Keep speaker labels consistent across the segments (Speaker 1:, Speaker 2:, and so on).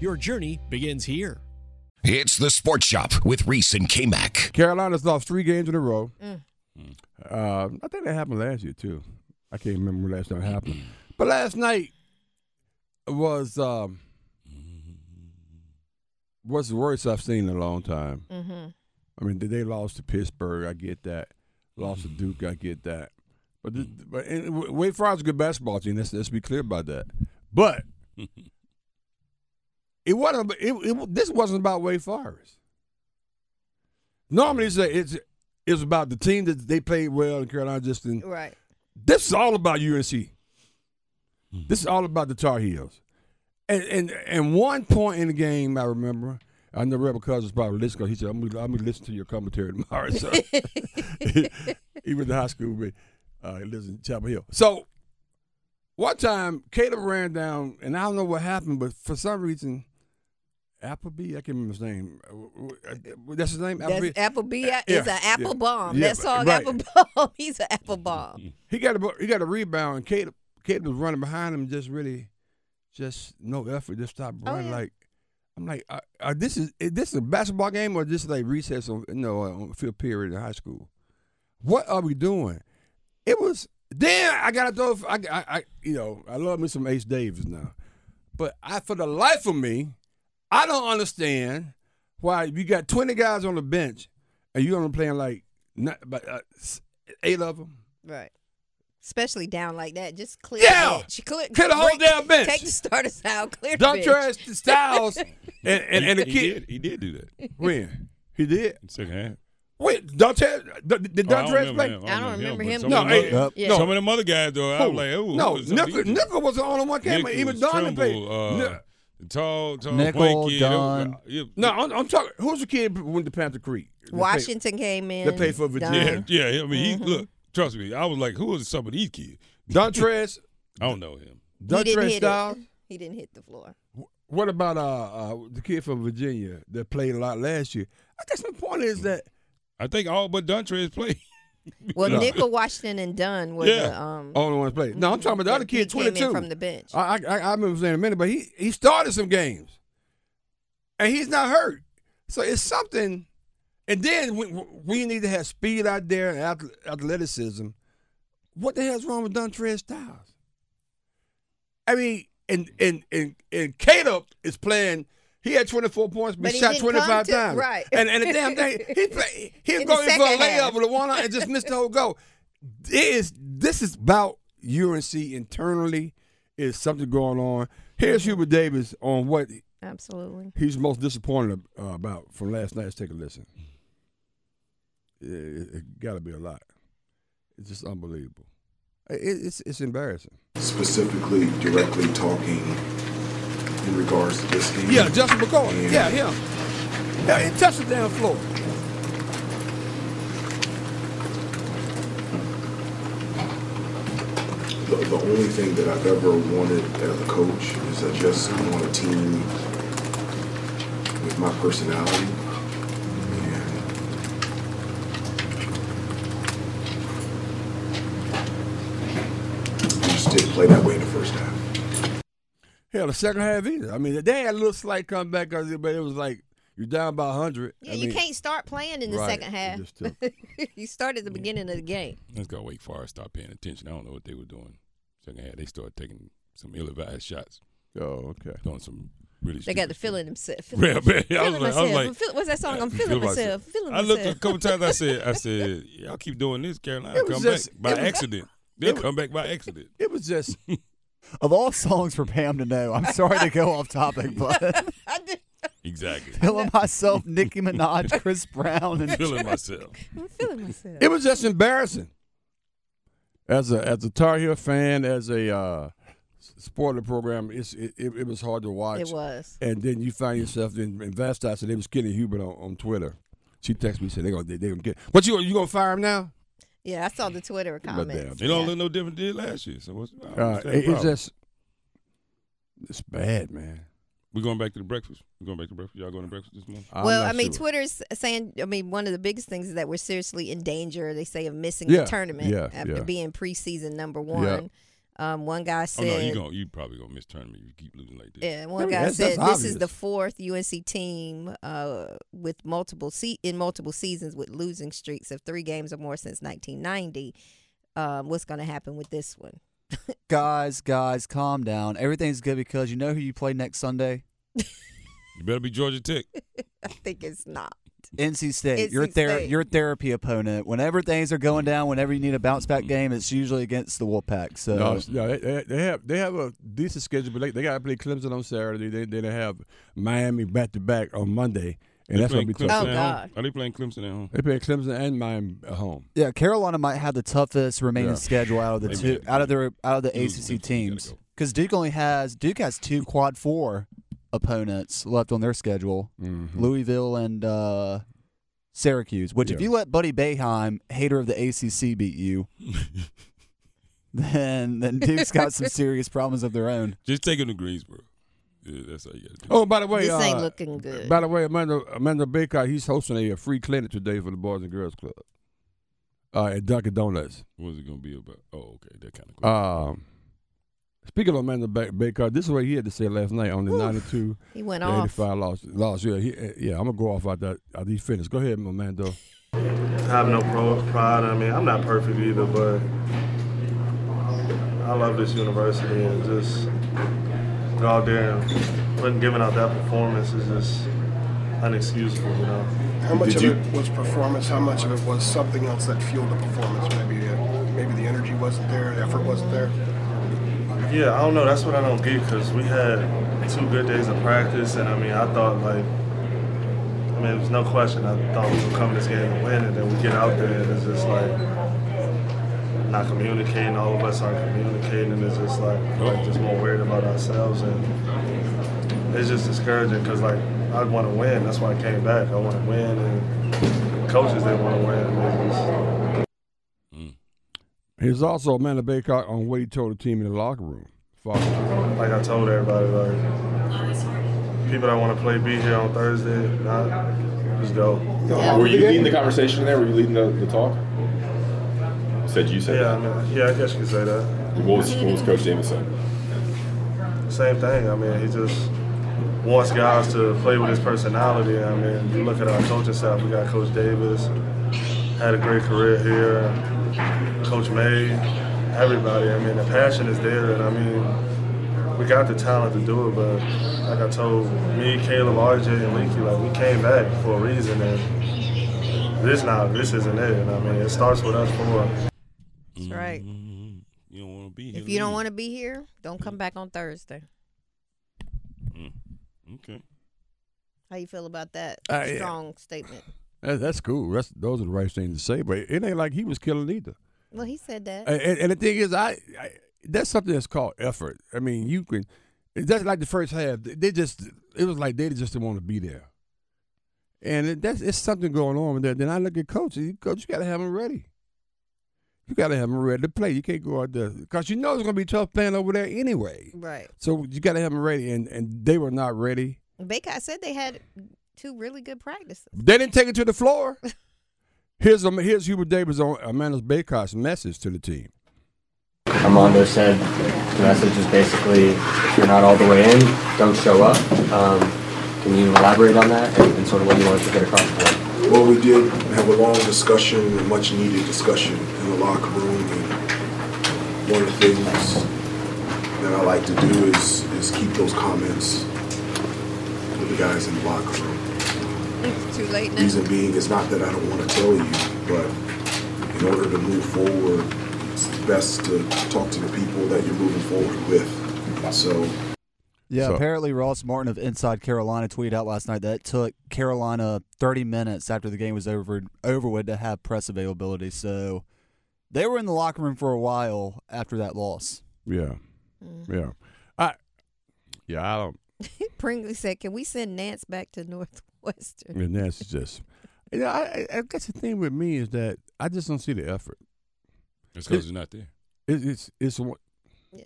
Speaker 1: Your journey begins here.
Speaker 2: It's the Sports Shop with Reese and K Mac.
Speaker 3: Carolina's lost three games in a row. Uh, I think that happened last year too. I can't remember when last night happened, but last night was um, was the worst I've seen in a long time. I mean, they- they lost to Pittsburgh. I get that. Lost to Duke. I get that. But this, but and Wake Forest is a good basketball team. Let's let's be clear about that. But it wasn't. It, it this wasn't about Wake Forest. Normally, it's a- it's it's about the team that they played well in Carolina. Just in,
Speaker 4: Right.
Speaker 3: this is all about UNC. This is all about the Tar Heels. And and and one point in the game, I remember. I know Rebel Cousins probably listened 'cause he said, "I'm gonna, I'm gonna listen to your commentary tomorrow." So he went to high school with me. Uh, he lives in Chapel Hill. So one time, Caleb ran down, and I don't know what happened, but for some reason, Appleby, I can't remember his name. Uh, w- w- That's his name.
Speaker 4: That's
Speaker 3: Appleby.
Speaker 4: Applebee is
Speaker 3: Yeah,
Speaker 4: an apple
Speaker 3: yeah,
Speaker 4: bomb.
Speaker 3: yeah,
Speaker 4: That's all
Speaker 3: right.
Speaker 4: apple bomb. He's an apple bomb.
Speaker 3: He got a bu- he got a rebound, and Caleb Caleb was running behind him, just really, just no effort, just stop
Speaker 4: Oh,
Speaker 3: running.
Speaker 4: yeah.
Speaker 3: Like I'm like, are, are this is, is this a basketball game or just like recess on no on field period in high school? What are we doing? It was then I gotta throw. I, I, I you know I love me some Ace Davis now, but I for the life of me, I don't understand why you got 20 guys on the bench and you're only playing like not, but, uh, s- eight of them.
Speaker 4: Right. Especially down like that. Just clear
Speaker 3: Yeah.
Speaker 4: the bench. Clear,
Speaker 3: Clear the whole
Speaker 4: break-
Speaker 3: damn bench.
Speaker 4: Take the starters out. Clear the
Speaker 3: Dump
Speaker 4: bench.
Speaker 3: trash to Styles and, and, and the
Speaker 5: he, he
Speaker 3: kid.
Speaker 5: did. He did do that. In
Speaker 3: When? He did.
Speaker 5: the second half.
Speaker 3: Wait, Dontrez, did did
Speaker 5: Oh, I don't
Speaker 3: Dontrez
Speaker 5: remember
Speaker 3: play?
Speaker 5: him.
Speaker 4: I don't remember
Speaker 5: but
Speaker 4: him.
Speaker 5: Some
Speaker 3: No,
Speaker 5: of,
Speaker 3: hey,
Speaker 5: them other,
Speaker 3: uh, no.
Speaker 5: some of them other guys though. I was like, oh,
Speaker 3: no,
Speaker 5: who was some of
Speaker 3: Nickel,
Speaker 5: these-
Speaker 3: Nickel was the only one came.
Speaker 5: Nichols,
Speaker 3: Even Donovan played.
Speaker 5: Trimble,
Speaker 3: No,
Speaker 5: Uh, the tall, tall
Speaker 6: Nickel,
Speaker 5: white kid.
Speaker 6: Dunn.
Speaker 5: Oh, yeah,
Speaker 3: no, I'm, I'm talking. Who's the kid who went to Panther Creek? That played-
Speaker 4: Washington came in.
Speaker 3: They played for Virginia.
Speaker 5: yeah,
Speaker 4: done.
Speaker 5: yeah. I mean, he, look, trust me. I was like, who is some of these kids?
Speaker 3: Dontrez,
Speaker 5: I don't know him.
Speaker 4: He didn't
Speaker 3: Dontrez
Speaker 4: hit
Speaker 3: Styles.
Speaker 4: it. He didn't hit the floor.
Speaker 3: What about uh, uh, the kid from Virginia that played a lot last year? I guess my point is that
Speaker 5: I think all but Dontrez played.
Speaker 4: Well,
Speaker 3: No. Oh.
Speaker 4: Nickel Washington and Dunn were the
Speaker 5: Yeah.
Speaker 4: um.
Speaker 3: only one that played. No, I'm talking about the other
Speaker 4: he
Speaker 3: kid,
Speaker 4: came in
Speaker 3: 22.
Speaker 4: from the bench.
Speaker 3: I, I, I remember saying a minute, but he, he started some games, and he's not hurt. So it's something. And then we, we need to have speed out there and ath- athleticism. What the hell's wrong with Dontrez Styles? I mean, and and and and Caleb is playing. He had 24 points, but,
Speaker 4: But he
Speaker 3: shot
Speaker 4: didn't
Speaker 3: 25
Speaker 4: come to-
Speaker 3: times.
Speaker 4: right.
Speaker 3: And and the damn thing, he play, he was
Speaker 4: In the
Speaker 3: going in for a
Speaker 4: second half.
Speaker 3: layup with a one and just missed the whole goal. It is this is about UNC internally is something going on. Here's Hubert Davis on what
Speaker 4: Absolutely.
Speaker 3: he's most disappointed uh, about from last night. Let's take a listen. It, got to be a lot. It's just unbelievable. It, it's it's embarrassing.
Speaker 7: specifically directly talking in regards to this game.
Speaker 3: Yeah, Justin McCoy. Yeah, him. Yeah, he touched the damn floor.
Speaker 7: The, the only thing that I've ever wanted as a coach is I just want a team with my personality. And we just didn't play that way in the first half.
Speaker 3: Hell, the second half either. I mean, they had a little slight comeback, 'cause it- but it was like you're down by 100.
Speaker 4: Yeah,
Speaker 3: I
Speaker 4: you
Speaker 3: mean,
Speaker 4: can't start playing in the
Speaker 3: right,
Speaker 4: second
Speaker 3: it
Speaker 4: half.
Speaker 3: just took-
Speaker 4: you start at the beginning of the game.
Speaker 5: Let's go Wake Forest. Stop paying attention. I don't know what they were doing. Second half, they started taking some ill-advised shots,
Speaker 3: oh, okay.
Speaker 5: doing some really.
Speaker 4: They got
Speaker 5: stupid
Speaker 4: the
Speaker 5: shit.
Speaker 4: feeling themselves. Feeling,
Speaker 5: Yeah, man. I
Speaker 4: feeling myself.
Speaker 5: was like, I was like,
Speaker 4: I'm feel- what's that song? I'm feeling
Speaker 5: Feel
Speaker 4: myself. Feeling
Speaker 5: I
Speaker 4: myself.
Speaker 5: looked a couple times. I said, I said, y'all keep doing this, Carolina.
Speaker 3: It was
Speaker 5: Come
Speaker 3: just-
Speaker 5: back by
Speaker 3: it was-
Speaker 5: accident. They'll
Speaker 3: was-
Speaker 5: come back by accident.
Speaker 3: It was just
Speaker 6: Of all songs for Pam to know, I'm sorry to go off topic, but
Speaker 4: I did-
Speaker 5: Exactly.
Speaker 6: feeling myself, Nicki Minaj, Chris Brown, and
Speaker 5: Feeling myself.
Speaker 4: I'm feeling myself.
Speaker 3: It was just embarrassing. As a as a Tar Heel fan, as a uh, spoiler program, it's, it, it, it was hard to watch.
Speaker 4: It was.
Speaker 3: And then you find yourself in, in Vasta. So they was killing Hubert on, on Twitter. She texted me said they gonna they, they gonna get. But you you gonna fire him now?
Speaker 4: Yeah, I saw the Twitter comments.
Speaker 5: It don't
Speaker 4: Yeah.
Speaker 5: look no different than it did last year. So what's I don't
Speaker 3: Uh,
Speaker 5: understand
Speaker 3: it-
Speaker 5: the
Speaker 3: it's
Speaker 5: problem.
Speaker 3: just it's bad, man.
Speaker 5: we going back to the breakfast. We going back to breakfast. Y'all going to breakfast this morning?
Speaker 3: I'm
Speaker 4: well,
Speaker 3: not
Speaker 4: I mean,
Speaker 3: sure.
Speaker 4: Twitter's saying. I mean, one of the biggest things is that we're seriously in danger. They say of missing
Speaker 3: Yeah,
Speaker 4: the tournament
Speaker 3: yeah,
Speaker 4: after
Speaker 3: yeah.
Speaker 4: being preseason number one. Um, one guy
Speaker 5: Oh
Speaker 4: said.
Speaker 5: no, you going to you probably going to miss tournament. if You keep losing like this.
Speaker 4: Yeah,
Speaker 3: I
Speaker 4: one
Speaker 3: mean,
Speaker 4: guy
Speaker 3: that's-
Speaker 4: said
Speaker 3: that's
Speaker 4: this is the
Speaker 3: obvious.
Speaker 4: fourth UNC team uh, with multiple se- in multiple seasons with losing streaks of three games or more since 1990. Um, what's going to happen with this one?
Speaker 6: Guys, guys, calm down. Everything's good because you know who you play next Sunday?
Speaker 5: You better be Georgia Tech.
Speaker 4: I think it's not.
Speaker 6: NC State.
Speaker 4: NC
Speaker 6: your ther-
Speaker 4: State.
Speaker 6: your therapy opponent. Whenever things are going down, whenever you need a bounce back game, it's usually against the Wolfpack. So
Speaker 3: No, it's- no, they- they, they have they have a decent schedule, but they, they got to play Clemson on Saturday. They then they have Miami back to back on Monday, and
Speaker 5: They
Speaker 3: that's gonna
Speaker 5: playing
Speaker 3: be
Speaker 5: Clemson
Speaker 3: tough.
Speaker 4: Oh,
Speaker 5: at
Speaker 4: God.
Speaker 5: home? Are they playing Clemson at home?
Speaker 3: They play Clemson and Miami at home.
Speaker 6: yeah, Carolina might have the toughest remaining
Speaker 3: Yeah.
Speaker 6: schedule out of the
Speaker 5: Maybe
Speaker 6: two
Speaker 5: they
Speaker 6: out of their out of the
Speaker 5: Ooh,
Speaker 6: ACC
Speaker 5: Clemson, you gotta
Speaker 6: teams
Speaker 5: go.
Speaker 6: because Duke only has Duke has two quad four opponents left on their schedule.
Speaker 5: Mm-hmm.
Speaker 6: Louisville and uh, Syracuse. Which, if
Speaker 3: Yeah.
Speaker 6: you let Buddy Bayheim, hater of the ACC, beat you, then then Duke's got some serious problems of their own.
Speaker 5: Just take them to Greensboro. Yeah, that's how you got to do.
Speaker 3: Oh, by the way,
Speaker 4: this ain't
Speaker 3: uh,
Speaker 4: looking good.
Speaker 3: By the way, Amanda, Amanda Baker, he's hosting a, free clinic today for the Boys and Girls Club uh, at Dunkin' Donuts.
Speaker 5: What's it going to be about? Oh, okay, that kind of. Cool.
Speaker 3: Um, speaking of Amanda ba- Baker, this is what he had to say last night on the 92
Speaker 4: he went
Speaker 3: to
Speaker 4: off.
Speaker 3: 85 loss. loss. Yeah, he, uh, yeah, I'm going to go off out that. Out these finish. Go ahead, Amanda.
Speaker 8: have no pro- pride. I mean, I'm not perfect either, but I love this university and just go out there and when giving out that performance is just unexcusable, you know.
Speaker 9: How much of it was performance? How much of it was something else that fueled the performance? Maybe uh, maybe the energy wasn't there, the effort wasn't there.
Speaker 8: Yeah, I don't know. That's what I don't get because we had two good days of practice, and I mean, I thought like, I mean, it was no question. I thought we would come this game and win, and then we get out there and it's just like not communicating. All of us aren't communicating, and it's just like, like just more worried about ourselves, and it's just discouraging because like I want to win. That's why I came back. I want to win, and coaches they want to win. And it's just,
Speaker 3: He's also Amanda Baker on what he told the team in the locker room. Fuck.
Speaker 8: like I told everybody, like people that want to play be here on Thursday, not just go.
Speaker 10: Were you leading the conversation there? Were you leading the, the talk? Said you said
Speaker 8: Yeah, I mean, yeah, I guess you could say that.
Speaker 10: that. What was, what was Coach Davis saying?
Speaker 8: Same thing. I mean, he just wants guys to play with his personality. I mean, you look at our coaching staff. We got Coach Davis, had a great career here. Coach May, everybody. I mean, the passion is there, and I mean, we got the talent to do it. But like I told me, Caleb, RJ, and Leaky, like we came back for a reason, and this now, this isn't it. And I mean, it starts with us for.
Speaker 4: That's right.
Speaker 5: Mhm. You don't want to be here.
Speaker 4: If you don't want to be here, don't come back on Thursday.
Speaker 5: Mm. to. Okay.
Speaker 4: How you feel about that
Speaker 3: Uh, yeah.
Speaker 4: strong statement?
Speaker 3: That, that's cool. That's Those are the right things to say, but it ain't like he was killing either.
Speaker 4: Well, he said that.
Speaker 3: And, and- and the thing is, I, I that's something that's called effort. I mean, you can. That's like the first half. They just it was like they just didn't want to be there. And it, that's it's something going on with that. Then I look at coach. and you- Coach, you got to have them ready. You got to have them ready to play. You can't go out there because you know it's going to be tough playing over there anyway.
Speaker 4: right.
Speaker 3: So you got to have them ready, and and they were not ready.
Speaker 4: Baker I said they had two really good practices.
Speaker 3: They didn't take it to the floor. Here's um, here's Hubert Davis on Amanda's Baycott's message to the team.
Speaker 11: Armando said the message is basically if you're not all the way in, don't show up. Um, can you elaborate on that and, and sort of what you wanted to get across the board?
Speaker 7: Well, we did have a long discussion, a much needed discussion in the locker room. And one of the things that I like to do is, is keep those comments with the guys in the locker room.
Speaker 4: It's too late now.
Speaker 7: Reason being is not that I don't want to tell you, but in order to move forward, it's best to talk to the people that you're moving forward with. So
Speaker 6: Yeah,
Speaker 3: So-
Speaker 6: apparently Ross Martin of Inside Carolina tweeted out last night that it took Carolina 30 minutes after the game was over over with to have press availability. So they were in the locker room for a while after that loss.
Speaker 3: Yeah. Yeah. I yeah, I don't
Speaker 4: Pringley said, "Can we send Nance back to Northwestern?"
Speaker 3: and that's just you know, I, I I guess the thing with me is that I just don't see the effort.
Speaker 5: That's 'cause it's not there.
Speaker 3: It, it's it's one-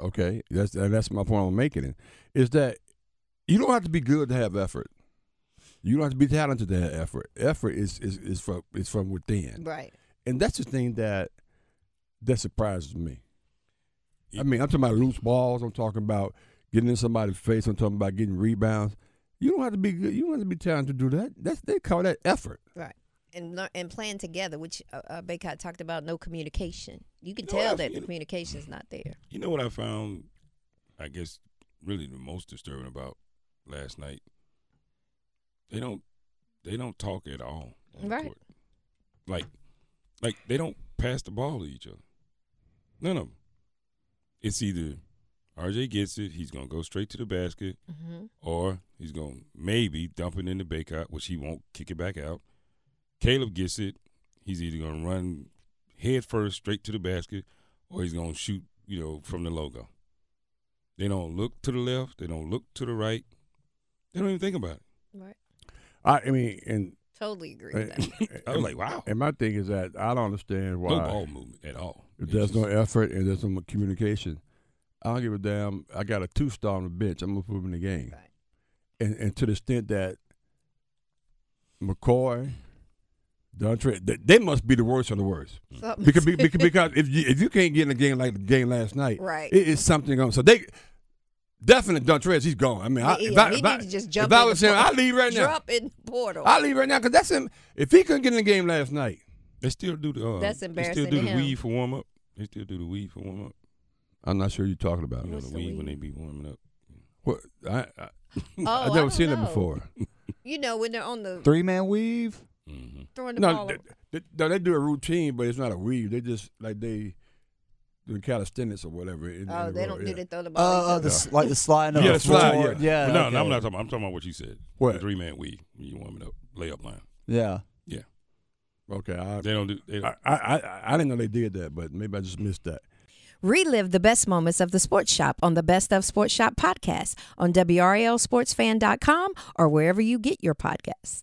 Speaker 3: okay. That's and that's my point I'm making. It is that you don't have to be good to have effort. You don't have to be talented to have effort. Effort is is, is from is from within.
Speaker 4: Right.
Speaker 3: And that's the thing that that surprises me. I mean, I'm talking about loose balls. I'm talking about getting in somebody's face. I'm talking about getting rebounds. You don't have to be good. You don't have to be talented to do that. That's they call that effort.
Speaker 4: Right. And lear- and plan together, which uh, uh, Baycott talked about. No communication. You can tell that the communication's not there.
Speaker 5: You know what I found, I guess, really the most disturbing about last night? They don't they don't talk at all. on the
Speaker 4: Right.
Speaker 5: court. Like like they don't pass the ball to each other. None of them. It's either RJ gets it, he's gonna go straight to the basket,
Speaker 12: Mhm.
Speaker 5: or he's gonna maybe dump it in the bakeout, which he won't kick it back out. Caleb gets it, he's either gonna run head first straight to the basket, or he's gonna shoot, you know, from the logo. They don't look to the left, they don't look to the right. They don't even think about it.
Speaker 4: Right.
Speaker 3: I, I mean, and
Speaker 4: Totally agree with
Speaker 3: and-
Speaker 5: that. I was like, wow.
Speaker 3: And my thing is that I don't understand why
Speaker 5: No ball movement at all.
Speaker 3: If there's no effort and there's no communication, I don't give a damn. I got a two star on the bench. I'm gonna put him in the game. And and to the extent that McCoy, Dontre, they, they must be the worst of the worst.
Speaker 4: Something.
Speaker 3: Because, be- beca- because if you if you can't get in a game like the game last night,
Speaker 4: Right.
Speaker 3: it is something on. So they definitely Dontrez, he's gone. I mean, I,
Speaker 4: Yeah,
Speaker 3: if I,
Speaker 4: he
Speaker 3: if I,
Speaker 4: need to just jump.
Speaker 3: if I
Speaker 4: in
Speaker 3: was
Speaker 4: the
Speaker 3: him, I
Speaker 4: portal.
Speaker 3: leave right now.
Speaker 4: Drop in the portal.
Speaker 3: I leave right now because that's him. If he couldn't get in the game last night,
Speaker 5: they still do
Speaker 3: um,
Speaker 5: the. Uh,
Speaker 4: That's
Speaker 5: They
Speaker 4: embarrassing
Speaker 5: still do
Speaker 4: to
Speaker 5: the
Speaker 4: him.
Speaker 5: weed for warm up. They still do the weed for warm up.
Speaker 3: I'm not sure you're talking about.
Speaker 5: You know the weed, when they be warming up.
Speaker 3: What I, I
Speaker 4: Oh, I
Speaker 3: I've never
Speaker 4: don't
Speaker 3: seen it
Speaker 4: know.
Speaker 3: before.
Speaker 4: You know when they're on the
Speaker 3: Three man weave.
Speaker 4: throwing Mm-hmm. the
Speaker 3: No,
Speaker 4: ball.
Speaker 3: they, they, no, they do a routine, but it's not a weave. They just like they do calisthenics or whatever. in- in
Speaker 4: Oh,
Speaker 3: the
Speaker 4: they
Speaker 3: road,
Speaker 4: don't
Speaker 3: yeah. Uh,
Speaker 4: do the throw the ball.
Speaker 6: Oh, oh, the, s- like the sliding.
Speaker 5: Yeah, the
Speaker 6: on the
Speaker 5: slide,
Speaker 6: floor.
Speaker 5: But no, no,
Speaker 6: okay.
Speaker 5: I'm not talking. I'm talking about what you said.
Speaker 6: What?
Speaker 5: three man weed? When you warming up, layup line.
Speaker 6: Yeah.
Speaker 5: Yeah.
Speaker 3: Okay, I,
Speaker 5: they don't do. They
Speaker 3: I, I, I, I didn't know they did that, but maybe I just missed that.
Speaker 4: Relive the best moments of the Sports Shop on the Best of Sports Shop podcast on WRLSportsFan.com or wherever you get your podcasts.